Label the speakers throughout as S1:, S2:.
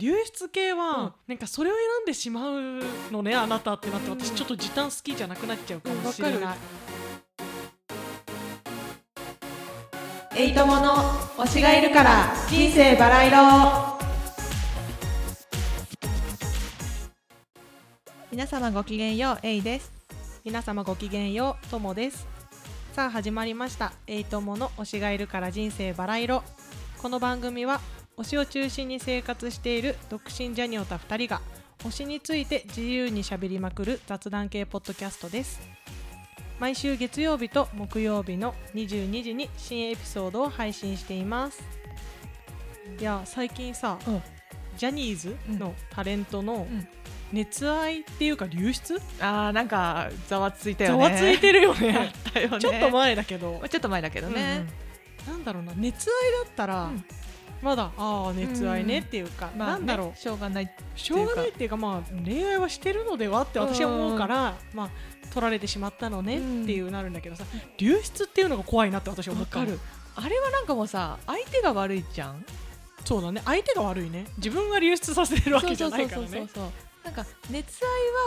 S1: 流出系は、なんかそれを選んでしまうのねあなたってなって私ちょっと時短好きじゃなくなっちゃうかもしれ
S2: うん
S1: な
S2: わ
S1: い、
S2: エイトモの推しがいるから人生バラ色皆様ごきげんようエイです
S1: 皆様ごきげんようともですさあ始まりました「エイトモの推しがいるから人生バラ色」この番組は推しを中心に生活している独身ジャニオタ2人が推しについて自由にしゃべりまくる雑談系ポッドキャストです毎週月曜日と木曜日の22時に新エピソードを配信していますいや最近さ、
S2: うん
S1: ジャニーズのタレントの
S2: ん
S1: 熱愛っていうか流出、
S2: あーなんかざわついたよ
S1: ざ
S2: ね
S1: わついてるよね
S2: たよね
S1: ちょっと前だけど、
S2: ちょっと前だけどね、
S1: うんなんだろうな熱愛だったら、
S2: うん
S1: まだああ熱愛ねっていうか、
S2: まあ
S1: なんだろう、
S2: ねしょうがない
S1: しょうがないっていうかまあ恋愛はしてるのではって私は思うから、まあ取られてしまったのねっていうなるんだけどさ、流出っていうのが怖いなって私は思
S2: わ
S1: った
S2: か
S1: の
S2: るあれはなんかもうさ相手が悪いじゃん
S1: そうだね相手が悪いね自分が流出させてるわけじゃないから
S2: そうそう
S1: ね
S2: そうそうなんか熱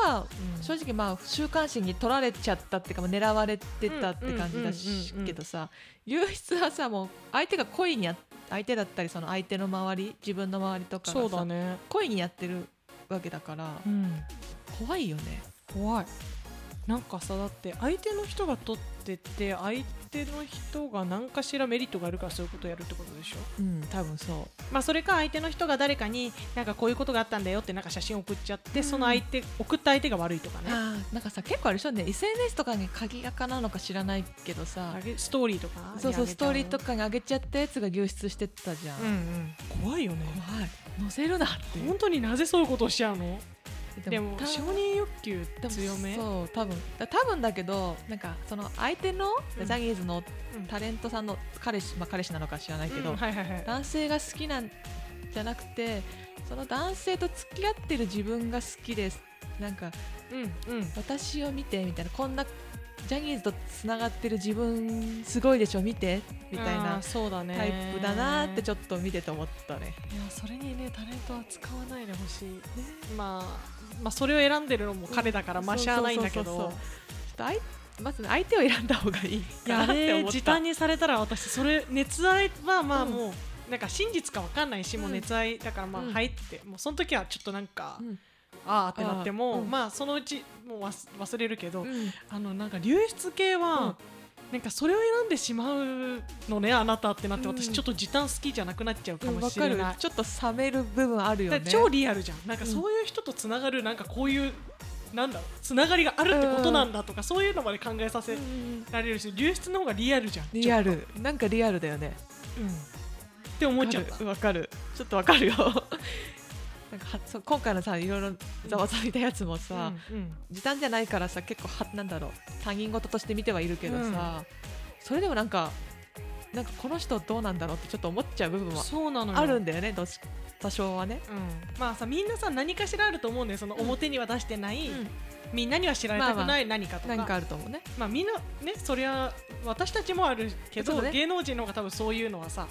S2: 愛は正直まあ週刊誌に取られちゃったっていうかもう狙われてたって感じだし
S1: うんうんうんうんうん
S2: けどさ流出はさもう相手が恋にや相手だったりその相手の周り自分の周りとか
S1: そ
S2: が
S1: うだ
S2: さ、
S1: ね、
S2: 恋にやってるわけだから
S1: うん、
S2: 怖いよね
S1: 怖いなんかさだって相手の人が取ってて相手の人が何かしらメリットがあるからそういうことやるってことでしょ
S2: うん多分そ
S1: まあそれか相手の人が誰かになんかこういうことがあったんだよってなんか写真送っちゃって、
S2: うん
S1: その相手送った相手が悪いとか
S2: う
S1: ね
S2: あーなんかさ結構あれでしょね SNS とかに鍵垢なのか知らないけどさ
S1: あげストーリーとか
S2: そうそう
S1: やめちゃ
S2: ストーリーとかに上げちゃったやつが流出してったじゃん、
S1: うんうん怖いよね
S2: 怖い載せるなっていう
S1: 本当になぜそういうことをしちゃうのでも
S2: た
S1: 承認欲求
S2: でも
S1: 強め
S2: そう多分だ多分だけどなんかその相手の
S1: うん
S2: ジャニーズの
S1: うん
S2: タレントさんの彼氏、まあ、彼氏なのか知らないけど、
S1: うんはいはいはい
S2: 男性が好きなんじゃなくてその男性と付き合ってる自分が好きですなんか
S1: うんうん
S2: 私を見てみたいなこんなジャニーズとつながってる自分すごいでしょ見てみたい
S1: あー
S2: な
S1: そうだね
S2: タイプだなってち
S1: ょ
S2: ょっと見てて思ったね。
S1: っといやそれにねタレントは使わないでほしい、まあ、まあそれを選んでるのも彼だからまあしゃあないんだけ
S2: そうそう
S1: ど
S2: そうそうちょっと相まずね相手を選んだ方がいい
S1: いや
S2: かな
S1: あ
S2: って
S1: れ
S2: 思っ
S1: 時
S2: た
S1: 短。にされたら私それ熱愛はまあ
S2: うん
S1: もう、なんか真実かわかんないし、もう熱愛だからまあ、
S2: うん
S1: はいってもうその時はちょっとなんか、
S2: うん
S1: ああってなっても
S2: あーうん
S1: まあそのうちもう忘忘れるけど、
S2: うん
S1: あのなんか流出系は、なんかそれを選んでしまうのねあなたってなって、
S2: うん
S1: 私ちょっと時短好きじゃなくなっちゃうか
S2: うん
S1: も
S2: わ
S1: し
S2: か
S1: れ
S2: る
S1: ない。
S2: ちょっと冷める部分あるよ
S1: だか
S2: ね
S1: ら超リアルじゃんなんか
S2: うん
S1: そういう人とつながるなんかこういう、なんだろうつながりがあるってことなんだとか、そういうのまで考えさ
S2: う
S1: せ
S2: ん
S1: られるし流出の方がリアルじゃん
S2: リアルなんかリアルだよね
S1: うんって思っちゃった。
S2: わかるちょっとわかるよ なんかはそう今回のさいろいろざわついたやつもさ、
S1: うんうん
S2: 時短じゃないからさ結構はなんだろう他人事として見てはいるけどさ、それでもなんかなんかこの人どうなんだろうってちょっと思っちゃう部分は
S1: そうなのよ
S2: あるんだよね、どうし多少はね、
S1: うん、まあさみんなさ何かしらあると思うんだよその表には出してない、みんなには知られたくない何かとか,、
S2: 何かあると思うね、
S1: まあみんなねそりゃ私たちもあるけ
S2: そ
S1: ど、
S2: うだね
S1: 芸能人の方が多分そういうのはさ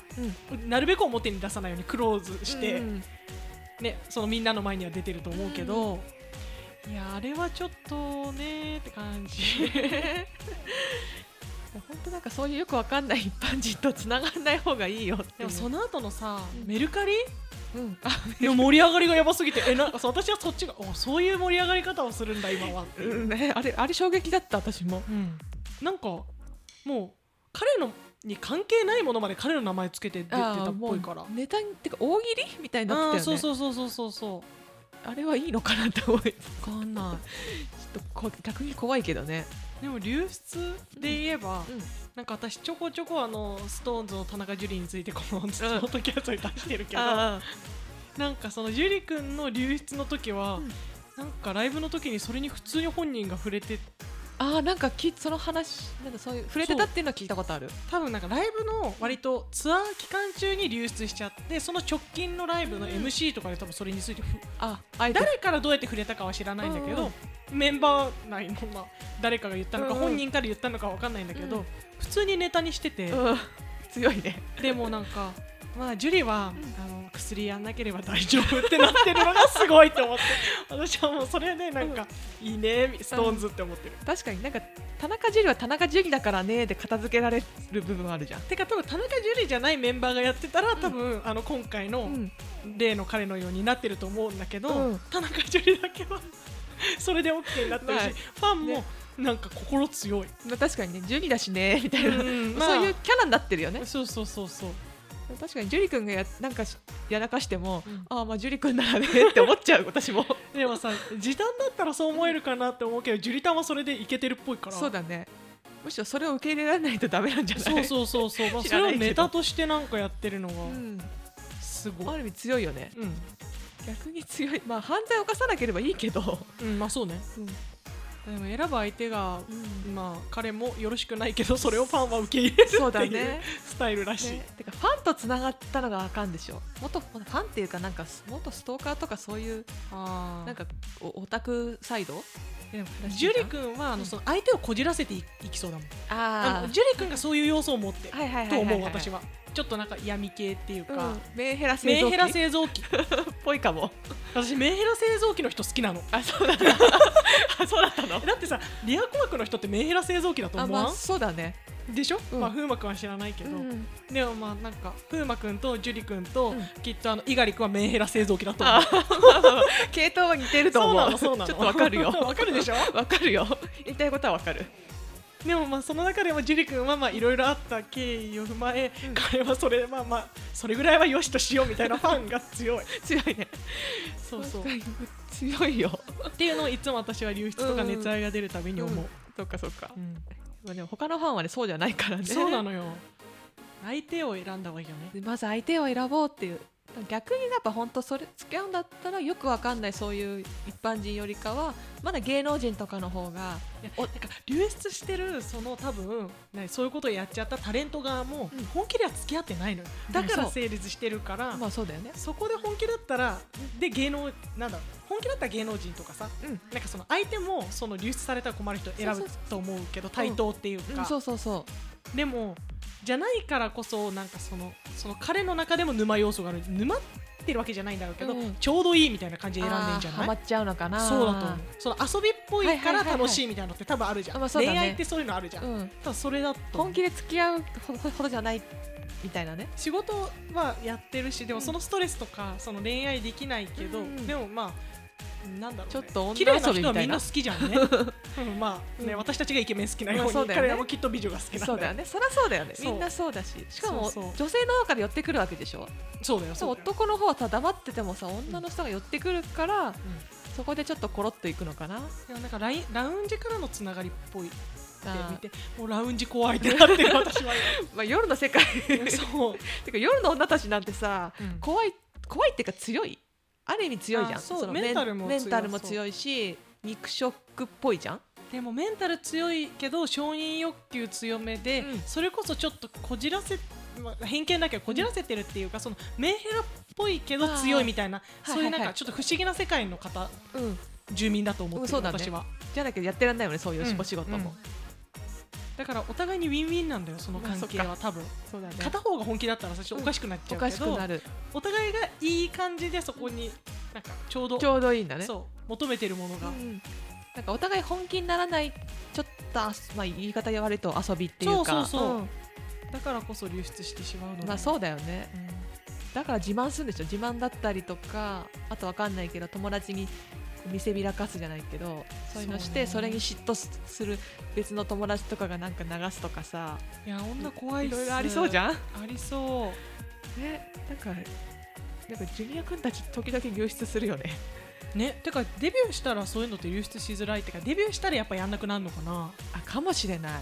S1: なるべく表に出さないようにクローズして、
S2: うん
S1: ね、そのみんなの前には出てると思うけど、いやあれはちょっとねーって感じ
S2: 本当なんかそういうよくわかんない一般人とつながらない方がいいよっていう
S1: でもその後のさ、
S2: うん
S1: メルカリ
S2: うん、あ
S1: の盛り上がりがやばすぎてえなんかさ私はそっちがおそういう盛り上がり方をするんだ今はっていう
S2: うんね、あれあれ衝撃だった私も
S1: なんかもう彼のに関係ないものまで彼の名前つけて出てたっぽいから。
S2: ネタにってか大喜利みたいになってたよね
S1: あーそうそうそうそうそうそ
S2: あれはいいのかなって思いちょ
S1: う分かんな
S2: っとこ逆に怖いけどね
S1: いでも流出で言えば、
S2: うんうん
S1: なんか私ちょこちょこあのストーンズの田中樹についてこのポッドキャストに出してるけど、なんかその樹くんの流出の時は、
S2: うん
S1: なんかライブの時にそれに普通に本人が触れて
S2: あーなんかきその話なんかそういう触れてたっていうのは聞いたことある
S1: 多分なんかライブの割とツアー期間中に流出しちゃってその直近のライブの MC とかで多分それについてふ
S2: ああえて
S1: 誰からどうやって触れたかは知らないんだけど、メンバー内の、まあ、誰かが言ったのか、
S2: うんうん
S1: 本人から言ったのかわかんないんだけど、
S2: うん
S1: 普通にネタにしてて、
S2: うん強いね
S1: でもなんか、まあ、ジュリは、あの薬やんなければ大丈夫ってなってるのがすごいと思って 私はもうそれでなんか、いいねストーンズって思ってる。
S2: 確かになんか田中樹は田中樹だからねで片付けられる部分あるじゃん。
S1: てか多分田中樹じゃないメンバーがやってたら多分、あの今回の
S2: うん
S1: 例の彼のようになってると思うんだけど、
S2: うん
S1: 田中樹だけは それで OK になってるし、
S2: はい
S1: ファンも
S2: ね
S1: なんか心強い、
S2: まあ確かにね樹だしねみたいな、
S1: うんまあ
S2: そういうキャラになってるよね。
S1: そうそうそうそう
S2: 確かに樹く君がやなんかしやらかしても、
S1: うん
S2: ああまあ樹くんならねって思っちゃ う私も。
S1: でもさ時短だったらそう思えるかなって思うけど樹里丹はそれでいけてるっぽいから
S2: そうだね。むしろそれを受け入れられないとダメなんじゃない。
S1: そうそうそうそう、まあ、
S2: 知
S1: それ
S2: ら
S1: を
S2: ないけど
S1: ネタとしてなんかやってるのが
S2: うん
S1: す
S2: あ
S1: ごい、
S2: る意味強いよね。
S1: うん
S2: 逆に強い。まあ犯罪を犯さなければいいけど。
S1: うん、まあそうねでも選ぶ相手が、まあ彼もよろしくないけどそれをファンは受け入れる
S2: そう
S1: って
S2: だ
S1: いう
S2: ね。
S1: スタイルらしい、
S2: ね、てかファンとつながったのがあかんでしょもっとファンっていうかなんかもっとストーカーとかそういう
S1: あ
S2: なんかおオタクサイド
S1: でもジュリ君はあのその相手をこじらせていいきそうだもんあ
S2: あ
S1: のジュリ君がそういう要素を持ってる
S2: はいはいはいはい
S1: と思う
S2: は
S1: 私はちょっとなんか闇系っていうか、
S2: メンヘラ製
S1: メ
S2: 造
S1: ンヘ
S2: 機
S1: ラ製造機
S2: っぽいかも
S1: 私メンヘラ製造機の人好きなの
S2: あそうだったあそうだったの
S1: だってさリア鼓膜の人ってメンヘラ製造機だと
S2: あ
S1: 思
S2: ま
S1: わ
S2: あ
S1: ん
S2: そうだね
S1: でしょ、
S2: うん
S1: まあ風磨君は知らないけど、でもまあなんか風磨君と樹里君と、
S2: うん
S1: きっとあの猪狩君はメンヘラ製造機だと思
S2: あ
S1: う
S2: 系統は似てると思う
S1: そうなのそうなの
S2: ちょっと わかるよ
S1: わかるでしょ
S2: わかるよ 言いたいことはわかる
S1: でもまあその中でも樹里君はまあいろいろあった経緯を踏まえ、彼はそれまあまあそれぐらいはよしとしようみたいなファンが 強い
S2: 強いね
S1: そうそう
S2: 確かに強いよ
S1: っていうのをいつも私は流出とか熱愛が出るたびに思う、
S2: そっかそっか
S1: うん
S2: まあでも他のファンはねそうじゃないからね
S1: そうなのよ相手を選んだ方がいいよね
S2: でまず相手を選ぼうっていう逆にやっぱ本当それ付き合うんだったらよくわかんないそういう一般人よりかはまだ芸能人とかの方が
S1: いやおなんか流出してるその多分ねそういうことをやっちゃったタレント側も
S2: うん
S1: 本気では付き合ってないのよだか
S2: う
S1: ら
S2: んそう
S1: 成立してるから、
S2: まあそうだよね
S1: そこで本気だったらで芸能なんだろう本気だったら芸能人とかさ
S2: うん、
S1: なんかその相手もその流出されたら困る人を選
S2: そう
S1: ぶ
S2: そうそ
S1: と思うけど対等っていう
S2: う
S1: か
S2: ん、そうそうそ
S1: でもじゃないからこそなんかそのその彼の中でも沼要素がある沼ってるわけじゃないんだろうけど、
S2: うん
S1: ちょうどいいみたいな感じ
S2: う
S1: で選んでんじゃ
S2: あー
S1: な
S2: ハ
S1: い
S2: マっちゃうのかな
S1: そうだと思うその遊びっぽいから
S2: はいはいはいはい
S1: 楽しいみたいなのって多分あるじゃん、
S2: あまあそうだね
S1: 恋愛ってそういうのあるじゃん、
S2: うん、
S1: 多分それだと思う
S2: 本気で付き合うほどほどじゃないみたいなね
S1: 仕事はやってるしでも
S2: うん
S1: そのストレスとかその恋愛できないけど、
S2: うん
S1: でもまあなんだろう、ね、
S2: ちょっと女
S1: 綺麗な
S2: 遊びみ
S1: 人
S2: た
S1: はい
S2: な
S1: みんな好きじゃ んねうんまあね、
S2: うん
S1: 私たちがイケメン好きなよう
S2: まあ
S1: に、
S2: そうだよ
S1: 彼
S2: ね
S1: らもきっと美女が好きなん
S2: そうだよねそりゃそうだよね
S1: そう
S2: みんなそうだししかも
S1: そうそう
S2: 女性の方から寄ってくるわけでしょ
S1: そうだよそうだよ
S2: 男の方はさ黙っててもさ女の人が寄ってくるから、
S1: ん
S2: そこでちょっとコロッといくのかな
S1: でもなんかラインラウンジからのつながりっぽいって
S2: あ
S1: 見
S2: ー
S1: てもうラウンジ怖いってなってる私 は
S2: まあ、夜の世界
S1: そう、
S2: てか夜の女たちなんてさ
S1: うん
S2: 怖い怖いっていうか強いある意味強いじゃ
S1: あ
S2: ん
S1: そう
S2: の
S1: メンタルも
S2: メン
S1: 強
S2: タルも
S1: そう
S2: 強いし肉食っぽいじゃん
S1: でもメンタル強いけど承認欲求強めで、
S2: うん
S1: それこそちょっとこじらせ、まあ、偏見だけどこじらせてるっていうか、そのメンヘラっぽいけど強いみたいな
S2: あー
S1: そういう
S2: は
S1: ないん
S2: はい
S1: かちょっと不思議な世界の方
S2: うん
S1: 住民だと思って
S2: うん
S1: る、
S2: そうだね
S1: 私は
S2: じゃなきゃやってらんないよねそういう
S1: うん
S2: お仕事も、
S1: だからお互いにウィンウィンなんだよその関係
S2: まあ
S1: は多分、
S2: そうだね
S1: 片方が本気だったら最初おかしくなっち
S2: お
S1: ゃうけ
S2: かしく
S1: ど、
S2: なる
S1: お互いがいい感じでそこになんかちょうど
S2: ちょうどいいんだね
S1: そう求めてるものが、
S2: うんなんかお互い本気にならないちょっとあ、まあ、言い方が悪いと遊びってい
S1: そう
S2: うか
S1: そうそう
S2: うん
S1: だからこそ流出してしまうので
S2: まあそうだよね
S1: うん
S2: だから自慢するんでしょ自慢だったりとかあとわかんないけど友達に見せびらかすじゃないけどそういうのして
S1: そ
S2: そう
S1: ね
S2: れに嫉妬する別の友達とかがなんか流すとかさ
S1: いや女怖い
S2: い
S1: っす
S2: ろいろありそうじゃん
S1: ありそう
S2: ねだからなんかジュニア君たち時々流出するよね
S1: ねてかデビューしたらそういうのって流出しづらいってかデビューしたらやっぱやんなくなるのかな
S2: あかもしれない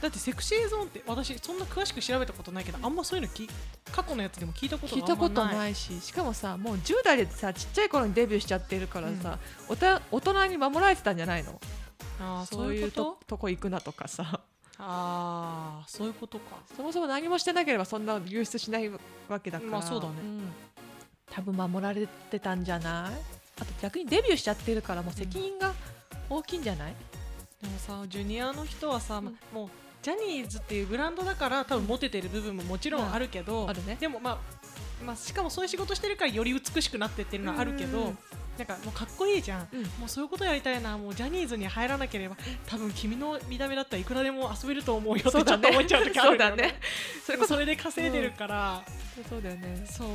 S1: だってセクシーゾーンって私そんな詳しく調べたことないけどあんまそういうのき過去のやつでも聞いたこと
S2: 聞い
S1: が
S2: たこと
S1: あんまない
S2: ないししかもさもう10代でさちっちゃい頃にデビューしちゃってるからさ、おた大人に守られてたんじゃないの
S1: あー
S2: そ
S1: そうう
S2: い
S1: いううこと
S2: ととこ行くなとかさ
S1: ああそういうことか
S2: そもそも何もしてなければそんな流出しないわけだから、
S1: まあそうだね
S2: ん多分守られてたんじゃないあと逆にデビューしちゃってるからもう責任が大きいんじゃない、
S1: でもさジュニアの人はさ、ま
S2: うん
S1: もうジャニーズっていうブランドだから多分モテてる部分ももちろんあるけど、
S2: うんあるね
S1: でもまあまあ、しかもそういう仕事してるからより美しくなってってるのはあるけど、
S2: うん
S1: なんかもうかっこいいじゃん、
S2: うん
S1: もうそういうことやりたいなもうジャニーズに入らなければ多分君の見た目だったらいくらでも遊べると思うよってちょっと思っちゃう時あ
S2: そ
S1: るの
S2: うだ
S1: よ
S2: ね。
S1: で
S2: それ
S1: も
S2: こそ
S1: それで稼いでるから、
S2: そうだよね。
S1: そう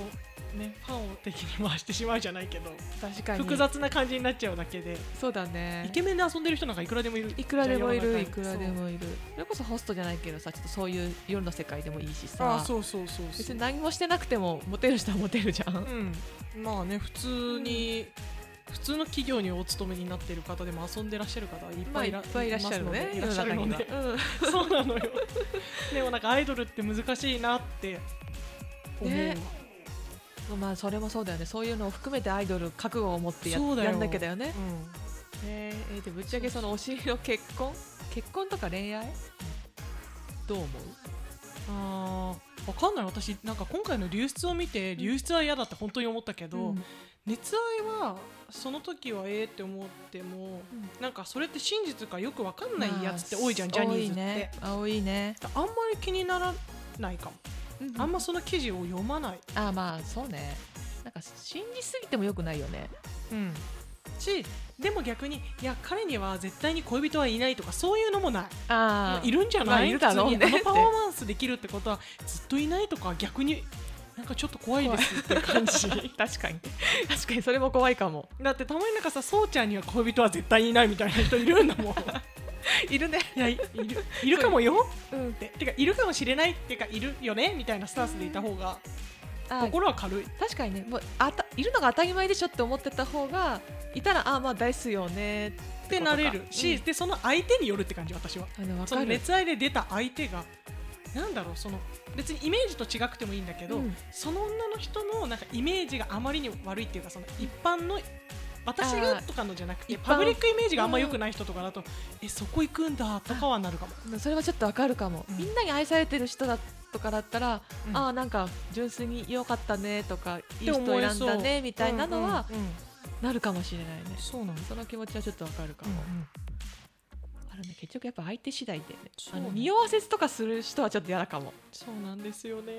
S1: ねファンを敵に回してしまうじゃないけど
S2: 確かに。
S1: 複雑な感じになっちゃうだけで、
S2: そうだね。
S1: イケメンで遊んでる人なんかいくらでもいる
S2: いくらでもい
S1: じゃあ世の中に
S2: るいくらでもいるそれこそホストじゃないけどさちょっとそういう夜の世界でもいいし
S1: そうあー
S2: さ
S1: そうそうそうそう
S2: 別に何もしてなくてもモテる人はモテるじゃん、
S1: うん、まあね普通に、普通の企業にお勤めになってる方でも遊んでらっしゃる方いっ
S2: ま
S1: ぱ
S2: あ
S1: い
S2: い
S1: い
S2: っ
S1: ら,、
S2: ぱいいらっしゃるのね
S1: いらっしゃるの
S2: 世の
S1: で
S2: 中には、
S1: そうなのよでもなんかアイドルって難しいなって思う、
S2: ねうんまあそれもそうだよねそういうのを含めてアイドル覚悟を持ってや
S1: そうだよ
S2: やんなきゃだよね
S1: う、
S2: えーえーでぶっちゃけそのお尻の結婚結婚とか恋愛どう思うん
S1: あーわかんない私なんか今回の流出を見て流出は嫌だって本当に思ったけど、
S2: うん
S1: 熱愛はその時はええって思っても、
S2: う
S1: なんかそれって真実かよくわかんないやつって多いじゃん、ジャニーズって、
S2: 多いねあ多いね、
S1: あんまり気にならないかもあんまその記事を読まない、
S2: あまあそうねなんか信じすぎてもよくないよね
S1: うん、しでも逆にいや彼には絶対に恋人はいないとかそういうのもない、ま
S2: あ
S1: あ
S2: あ
S1: いるんじゃない,、
S2: まあいるだろうね
S1: 普通にあのパフォーマンスできるってことはずっといないとか逆になんかちょっと怖いですって感 じ
S2: 確かに確かにそれも怖いかも
S1: だってたまになんかさそうちゃんには恋人は絶対いないみたいな人いるんだもん
S2: いるね
S1: いやいいるいるかもよ
S2: うん
S1: っててかいるかもしれないってかいるよねみたいなスタンスでいた方が
S2: あ
S1: 心は軽い
S2: 確かにねもうあたいるのが当たり前でしょって思ってた方がいたらああまあ大数よねって
S1: っ
S2: こと
S1: て
S2: か
S1: なれるし、
S2: うん
S1: でその相手によるって感じ私は
S2: あのわ
S1: その
S2: かる
S1: 熱愛で出た相手がなんだろうその別にイメージと違くてもいいんだけど、
S2: うん
S1: その女の人のなんかイメージがあまりに悪いっていうかその一般の私
S2: あ
S1: が
S2: ー
S1: とかのじゃなくて
S2: 一般
S1: パブリックイメージがあんま良くない人とかだと、えそこ行くんだとかはなるかも、
S2: それはちょっとわかるかも、
S1: うん
S2: みんなに愛されてる人だとかだったら、
S1: うん
S2: ああなんか純粋に良かったねとかいい人
S1: って思え
S2: 選ん
S1: そう
S2: だねみたいなのは
S1: うんうんうん
S2: なるかもしれないね、
S1: そうなんだ、
S2: その気持ちはちょっとわかるかも、あるね結局やっぱ相手次第で、ね、
S1: そう
S2: あ
S1: ね
S2: の匂わせとかする人はちょっと嫌だかも
S1: そうなんですよね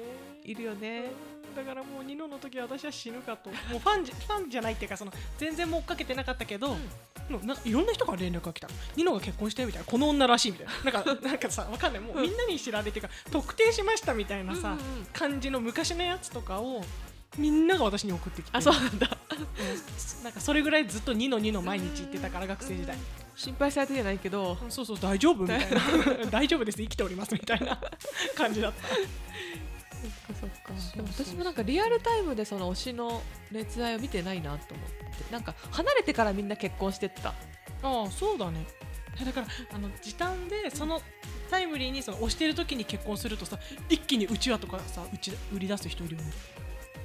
S2: いるよね、
S1: だからもうニノの時は私は死ぬかともうファ ンじファンじゃないっていうかその全然もう追っかけてなかったけど、もうなんかいろんな人から連絡が来たニノが結婚してみたいなこの女らしいみたいななんかなんかさわかんないもうみんなに知られてるから特定しましたみたいなさ、
S2: うんうんうん
S1: 感じの昔のやつとかをみんなが私に送ってきて
S2: あそうなんだ
S1: うんなんかそれぐらいずっとニノニノ毎日言ってたから学生時代、
S2: 心配されてじゃないけど
S1: うんそうそう大丈夫みたいな 大丈夫です生きておりますみたいな感じだった
S2: そっかそっか
S1: そう
S2: でも
S1: そう
S2: 私もなんかリアルタイムでその推しの熱愛を見てないなと思ってなんか離れてからみんな結婚してった
S1: ああそうだねえだからあの時短でそのタイムリーにその押してる時に結婚するとさ一気にうちわとかさうち売り出す人いるよね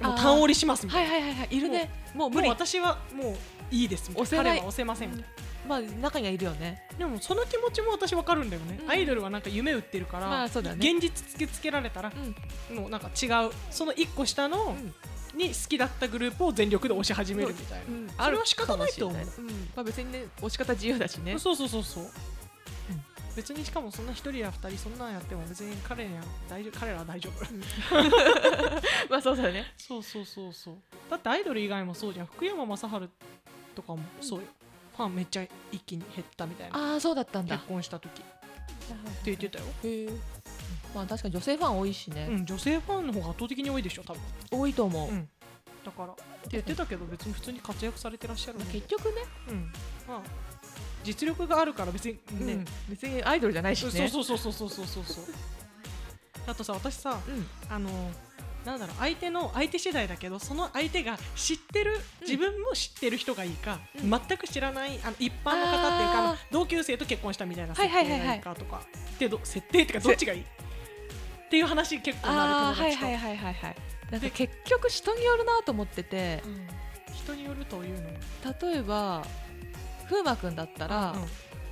S1: もう
S2: あー
S1: 単折りしますみたい
S2: はいはいはいはいいるねも
S1: なも
S2: う無
S1: う
S2: 理
S1: 私はもういいですみたいな
S2: 押せない
S1: 彼は押せませんみたい
S2: まあ中にはいるよね
S1: な、でもその気持ちも私わかるんだよね、
S2: うん
S1: アイドルはなんか夢売ってるから、
S2: まあそうだね
S1: 現実突きつけられたら
S2: うん
S1: もうなんか違うその一個下の
S2: ん
S1: に好きだったグループを全力で押し始めるみたいな、
S2: うん
S1: それは仕方ないと思う
S2: あるかもしれないうんまあ別にね押し方自由だしね
S1: そうそうそうそう、別にしかもそんな一人や二人そんなんやっても別に彼らは大丈夫彼らは大丈夫
S2: まあそうだね
S1: そうそうそうそうだってアイドル以外もそうじゃん福山雅治とかもそうよ、ファンめっちゃ一気に減ったみたいな
S2: ああそうだったんだ
S1: 結婚した時って言ってたよ、
S2: へえまあ確かに女性ファン多いし
S1: う
S2: ね
S1: ん、女性ファンの方が圧倒的に多いでしょ多分、
S2: 多いと思う
S1: うん、だからって言ってたけど別に普通に活躍されてらっしゃる
S2: ま
S1: の
S2: あ
S1: で、
S2: 結局ね
S1: うんまあ、実力があるから別にね、
S2: うん別にアイドルじゃないし
S1: そう
S2: ね
S1: そうそうそうそうそうそうそうあとさ私さ
S2: うん
S1: あのなんだろう相手の相手次第だけどその相手が知ってる
S2: うん
S1: 自分も知ってる人がいいか、
S2: うん
S1: 全く知らないあの一般の方っていうか
S2: あー
S1: あの同級生と結婚したみたいな設
S2: は
S1: 定
S2: いはいはい
S1: が
S2: はい
S1: いいかとか、でど設定っていうかどっちがいいっていう話結構
S2: あ
S1: な
S2: あ
S1: る
S2: ーは
S1: 友
S2: い
S1: 達と、
S2: はいはいはいはいなん
S1: で
S2: か結局人によるなと思ってて
S1: うん人によるというのも
S2: 例えば風磨くんだったら、
S1: うん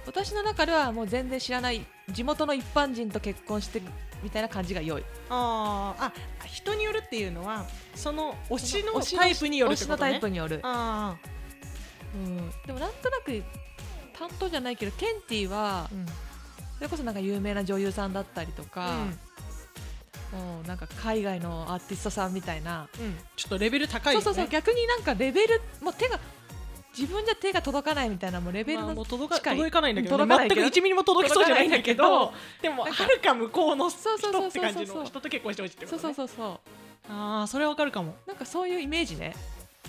S2: 私の中ではもう全然知らない地元の一般人と結婚してみたいな感じが良い
S1: あーあ人によるっていうのはその推しの
S2: 推しの
S1: タイプによる
S2: 推
S1: って
S2: し
S1: こ
S2: の
S1: と
S2: タイ
S1: ね
S2: プによる、
S1: あ
S2: うん、でもなんとなく担当じゃないけどケンティは
S1: あ、うん
S2: それこそなんか有名な女優さんだったりとか、もうなんか海外のアーティストさんみたいな、
S1: うん、ちょっとレベル高い
S2: そ
S1: よ
S2: う
S1: ね
S2: そうそう逆になんかレベルもう手が自分じゃ手が届かないみたいなもうレベル
S1: まあ
S2: の
S1: もう届か
S2: 近い
S1: 届かないんだけど,、
S2: 届かないけど
S1: 全く1ミリも届きそうじゃないんだけどでも
S2: なん
S1: はるか向こうの人
S2: そうそうそうそう
S1: って感じ
S2: そう
S1: の人と結婚してほしいってこ
S2: そ
S1: と、
S2: う
S1: ね、
S2: そうそうそ
S1: ああそれはわかるかも
S2: うなんかそういうイメージね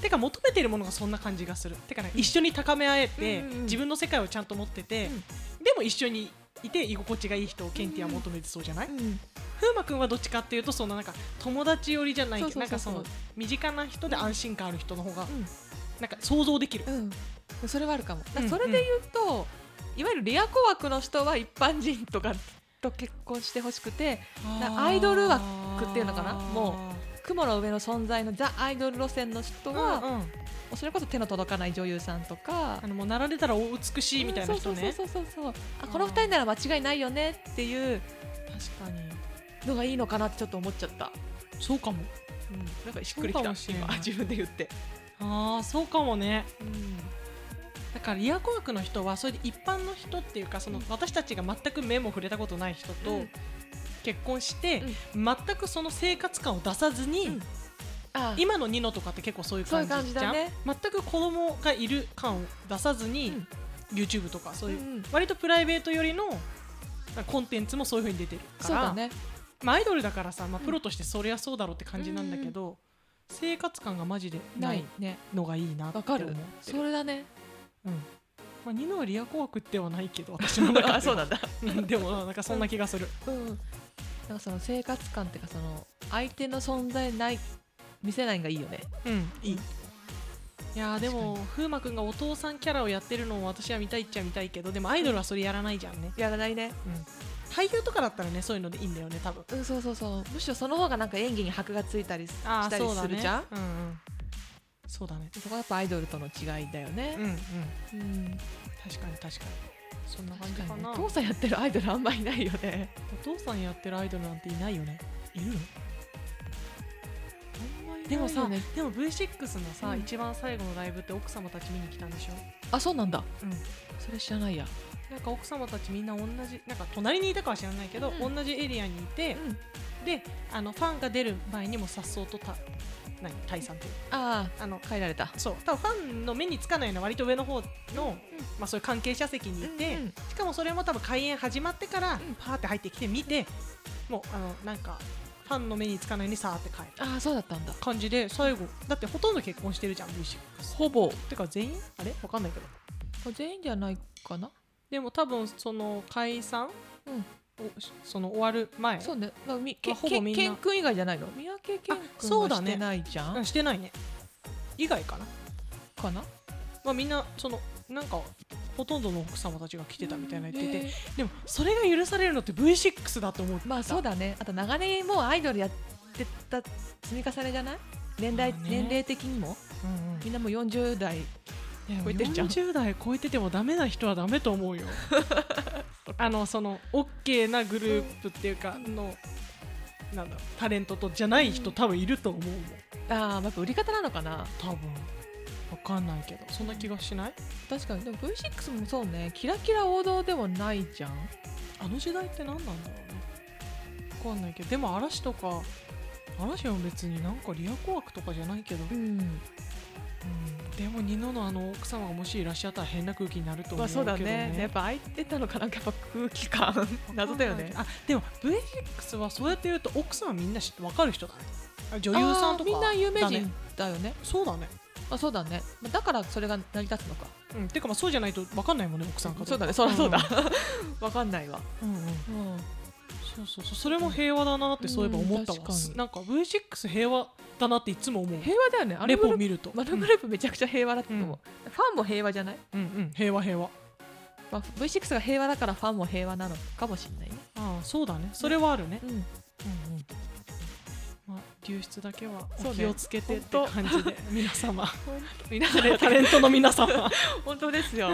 S1: てか求めてるものがそんな感じがするてかね一緒に高め合えて、
S2: うんうんうん
S1: 自分の世界をちゃんと持ってて、
S2: うん
S1: でも一緒にいて居心地がいい人をケンティは求めてそうじゃない、
S2: うん
S1: 風磨くんはどっちかっていうとそのなんか友達寄りじゃないけど
S2: そう
S1: なん
S2: そう
S1: か
S2: そ
S1: そう
S2: そう
S1: の身近な人で安心感ある人の方がなんか想像できる、
S2: うん、うん、それはあるかもだから
S1: うん
S2: それで言うと、いわゆるレア子枠の人は一般人とかと結婚してほしくてだからアイドル枠っていうのかなも雲の上の存在のザ・アイドル路線の人
S1: う
S2: は、
S1: んうん
S2: それこそ手の届かない女優さんとか
S1: あのもう並んでたらお美しいみたいな人ね、
S2: そうそうそうそうそうあ
S1: ー
S2: この二人なら間違いないよねっていう
S1: 確かに
S2: のがいいのかなってちょっと思っちゃった、
S1: そうかも
S2: うん、なんかしっくり
S1: そう
S2: き
S1: か
S2: た
S1: もしれない
S2: 今自分で言って、
S1: ああそうかもね
S2: うん
S1: だからリアコ枠の人はそれで一般の人っていうかその
S2: うん
S1: 私たちが全く目も触れたことない人
S2: う
S1: と
S2: ん
S1: 結婚して、全くその生活感を出さずに、
S2: うんあー
S1: 今のニノとかって結構そういう感じじゃん
S2: そういう感じだね
S1: 全く子供がいる感を出さずに、YouTube とかそういう、
S2: うんうん
S1: 割とプライベート寄りのなんかコンテンツもそういう風に出てるか
S2: そう
S1: ら
S2: だね
S1: まあ、アイドルだからさ、まあ、
S2: うん
S1: プロとしてそりゃそうだろうって感じなんだけど、生活感がマジでな
S2: ない
S1: い
S2: ね
S1: のがいいなって思
S2: わか
S1: って
S2: る
S1: る
S2: それだ ね
S1: うんまあ、ニノはリアコ枠ではないけど私の中では
S2: なんだ
S1: うんでもなんかそんな気がする、
S2: うんなんかその生活感っていうかその相手の存在ない見せないんがいいよね
S1: うん、いい
S2: うん
S1: いやーでも風磨くんがお父さんキャラをやってるのを私は見たいっちゃ見たいけどでもアイドルはそれやらないじゃんね、
S2: やらないね
S1: 俳優とかだったらねそういうのでいいんだよね多分
S2: うんそうそうそうむしろその方がなんか演技に箔がついたりし
S1: あ
S2: た
S1: あ
S2: りするじゃん
S1: うんうん、そうだね
S2: そこはやっぱアイドルとの違いだよね
S1: うんうん
S2: うん
S1: 確かに確かにそんな感じ
S2: 確か
S1: か
S2: にね
S1: な
S2: お父さんやってるアイドルあんまいないよね
S1: お父さんやってるアイドルなんていないよねいるので
S2: で
S1: も
S2: も
S1: さ、
S2: さ
S1: でも V6 のさ、
S2: うん
S1: 一番最後のライブって奥様たち見に来たんでしょ、
S2: あそうなんだ
S1: うん、
S2: それ知らないや
S1: なんか奥様たちみんな同じなんか隣にいたかは知らないけど、
S2: うん
S1: 同じエリアにいて、
S2: うん
S1: であのファンが出る前にもさっそうとた何退散っていう
S2: あ
S1: あの
S2: あ変えられた
S1: そう多分ファンの目につかないような割と上の方の、まあ、そういう関係者席にいて、
S2: うんうん
S1: しかもそれも多分開演始まってから
S2: ん
S1: パーって入ってきて見て、もうあのなんかファンの目につかないようにさーって帰る
S2: ああそうだったんだ
S1: 感じで最後だってほとんど結婚してるじゃん V6
S2: ほぼ
S1: てか全員あれわかんないけど
S2: 全員じゃないかな
S1: でも多分その解散、
S2: うん
S1: おしその終わる前
S2: そうね、まあ、みけ
S1: まあほぼ
S2: け
S1: みんな
S2: ケン君以外じゃないの三宅健
S1: あ
S2: 君
S1: そう
S2: は
S1: だ
S2: し
S1: ね
S2: てないじゃん、
S1: うんしてないね以外かな、
S2: かな
S1: まあ、みんなそのなんかほとんどの奥様たちが来てたみたいな言ってて、
S2: ね
S1: でもそれが許されるのって V6 だと思った
S2: まあそうだねあと長年もうアイドルやってた積み重ねじゃない年代、
S1: まあね
S2: 年齢的にも
S1: うんうん
S2: みんなもう40代
S1: 超え
S2: 超え
S1: て
S2: てんじゃん
S1: 40代超えててもダメな人はダメと思 うよあのその OK なグループっていうかのなんだろうタレントとじゃない人多分いると思うもん
S2: ああやっぱ売り方なのかな
S1: 多分わかんないけどそんな気がしない
S2: 確かにでも V6 もそうねキラキラ王道でもないじゃん
S1: あの時代って何なんだろうねわかんないけどでも嵐とか嵐も別になんかリアコ枠とかじゃないけど、う
S2: ん
S1: んでもニノのあの奥様がもしいらっしゃったら変な空気になると思
S2: ま
S1: う
S2: あ
S1: けど
S2: そうだね
S1: ね
S2: やっぱ空いてたのかなんかやっぱ空気 感謎だよね
S1: あでも VX はそうやって言うと奥さんはみんな知って分かる人だねあ女優さんとか
S2: あーみんな有名
S1: だね
S2: 人だよね
S1: そうだね
S2: あそうだねまあだからそれが成り立つのか
S1: うんてかまあそうじゃないと分かんないもんね奥さんかどか
S2: そうだねそりゃそうだ、 わかんないわ、
S1: うんうんうん
S2: うん、
S1: そうそうそうそれも平和だなってそういえば思ったわ、
S2: うん確かに
S1: なんか V6 平和だなっていつも思う
S2: 平和だよねあの
S1: レ
S2: グ
S1: ポを
S2: ループ
S1: 見ると
S2: あのグループめちゃくちゃ平和だと思う、ファンも平和じゃない、
S1: うんうん平和平和
S2: まあ、V6 が平和だからファンも平和なのかもしれないね、
S1: ああそうだねそれはあるね、
S2: うん、
S1: うんうんまあ、流出だけは
S2: そう
S1: お
S2: ね
S1: 気をつけてって
S2: ほんと
S1: 感じで、皆様
S2: 皆さ
S1: タ
S2: ん
S1: レタレントの皆様
S2: 本当ですよ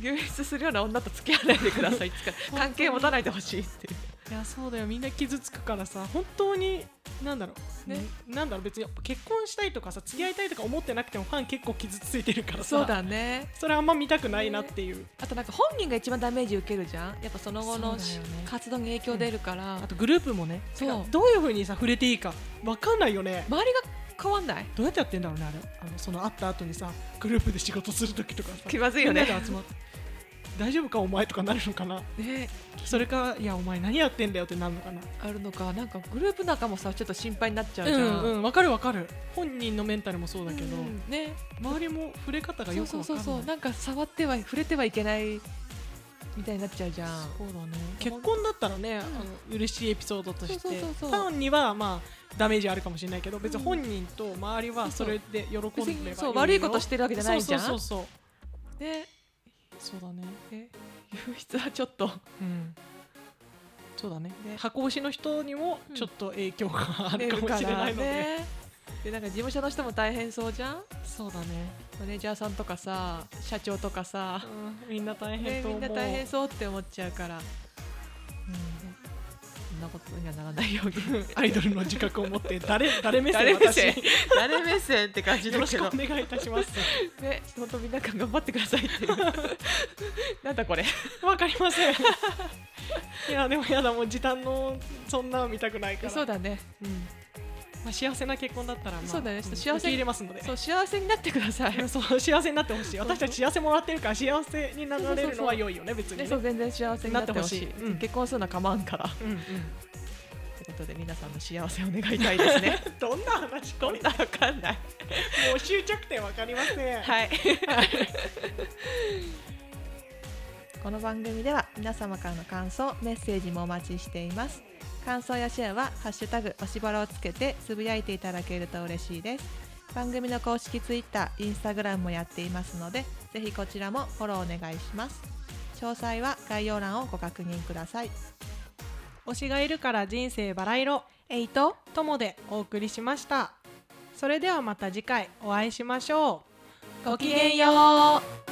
S2: 流出するような女と付き合わないでくださいいつか関係持たないでほしいっていう
S1: いやそうだよみんな傷つくからさ本当になんだろう、
S2: ね
S1: んなんだろう別に結婚したいとかさ付き合いたいとか思ってなくてもファン結構傷ついてるからさ
S2: そうだね
S1: それあんま見たくないなっていう、
S2: あとなんか本人が一番ダメージ受けるじゃんやっぱその後の
S1: そうだよね
S2: 活動に影響出るから、
S1: あとグループもね
S2: そう
S1: てかどういうふうにさ触れていいかわかんないよね
S2: 周りが変わんない
S1: どうやってやってんだろうねあれあのその会った後にさグループで仕事する時とかさ
S2: 気まずいよね
S1: みんなで集まって大丈夫かお前とかなるのかな
S2: ね
S1: それかいやお前何やってんだよってなるのかな
S2: あるのかなんかグループ仲もさちょっと心配になっちゃう
S1: う
S2: じゃん、
S1: んうんわかるわかる本人のメンタルもそうだけど、
S2: うんね
S1: 周りも触れ方が
S2: そ
S1: よ
S2: う
S1: く
S2: そう
S1: わか
S2: そ
S1: ん
S2: う
S1: ない
S2: そうなんか触っては触れてはいけないみたいになっちゃうじゃん
S1: そうだね結婚だったらね、あの嬉しいエピソードとして
S2: そうそうそうそう
S1: ファンにはまあダメージあるかもしれないけど別
S2: う
S1: に
S2: ん
S1: 本人と周りはそ
S2: そ
S1: う
S2: そう
S1: れで喜んでれば
S2: 別にそう
S1: よ
S2: 悪いことしてるわけじゃないじゃん
S1: そうそうそう
S2: ね
S1: そうそうだね
S2: え優質はちょっと
S1: うんそうだね
S2: ね
S1: 箱推しの人にも
S2: うん
S1: ちょっと影響があ
S2: 出
S1: るか
S2: る
S1: も
S2: から
S1: しれないので、
S2: ねでなんか事務所の人も大変そうじゃん
S1: そうだね、
S2: マネージャーさんとかさ社長とかさ、
S1: みんな大変
S2: ね
S1: と
S2: み
S1: 思
S2: ん
S1: う、
S2: な大変そうって思っちゃうからそんなことにはならないように
S1: アイドルの自覚を持って誰誰目線
S2: 誰目
S1: 私
S2: 線
S1: よ
S2: 誰目線って感じだ
S1: ろし
S2: け
S1: く
S2: ど
S1: お願いいたします
S2: ね本当みんな頑張ってくださいっていう なんだこれ
S1: わかりません いやでもやだもう時短のそんなの見たくないから
S2: そうだね
S1: うんまあ、幸せな結婚だったら、まあ、
S2: そうだね
S1: ん
S2: ちょっと幸せに
S1: 受け入れますので
S2: そう幸せになってください
S1: うんそう幸せになってほしい私たち幸せもらってるから幸せになられるのは良いよね別に
S2: ね、
S1: ね
S2: そう全然幸せになってほしい
S1: なってほしいうん
S2: 結婚するのは構わんから
S1: うんうん
S2: ということで皆さんの幸せを願いたいですね
S1: どんな話こ
S2: ど
S1: れ
S2: んなわかんない
S1: もう終着点わかりません、い、
S2: はい この番組では皆様からの感想メッセージもお待ちしています感想やシェアは「ハッシュタグおしばら」をつけてつぶやいていただけると嬉しいです番組の公式ツイッター、インスタグラムもやっていますのでぜひこちらもフォローお願いします詳細は概要欄をご確認ください
S1: 推しがいるから人生バラ色
S2: えいと
S1: ともでお送りしましたそれではまた次回お会いしましょう
S2: ごきげんよう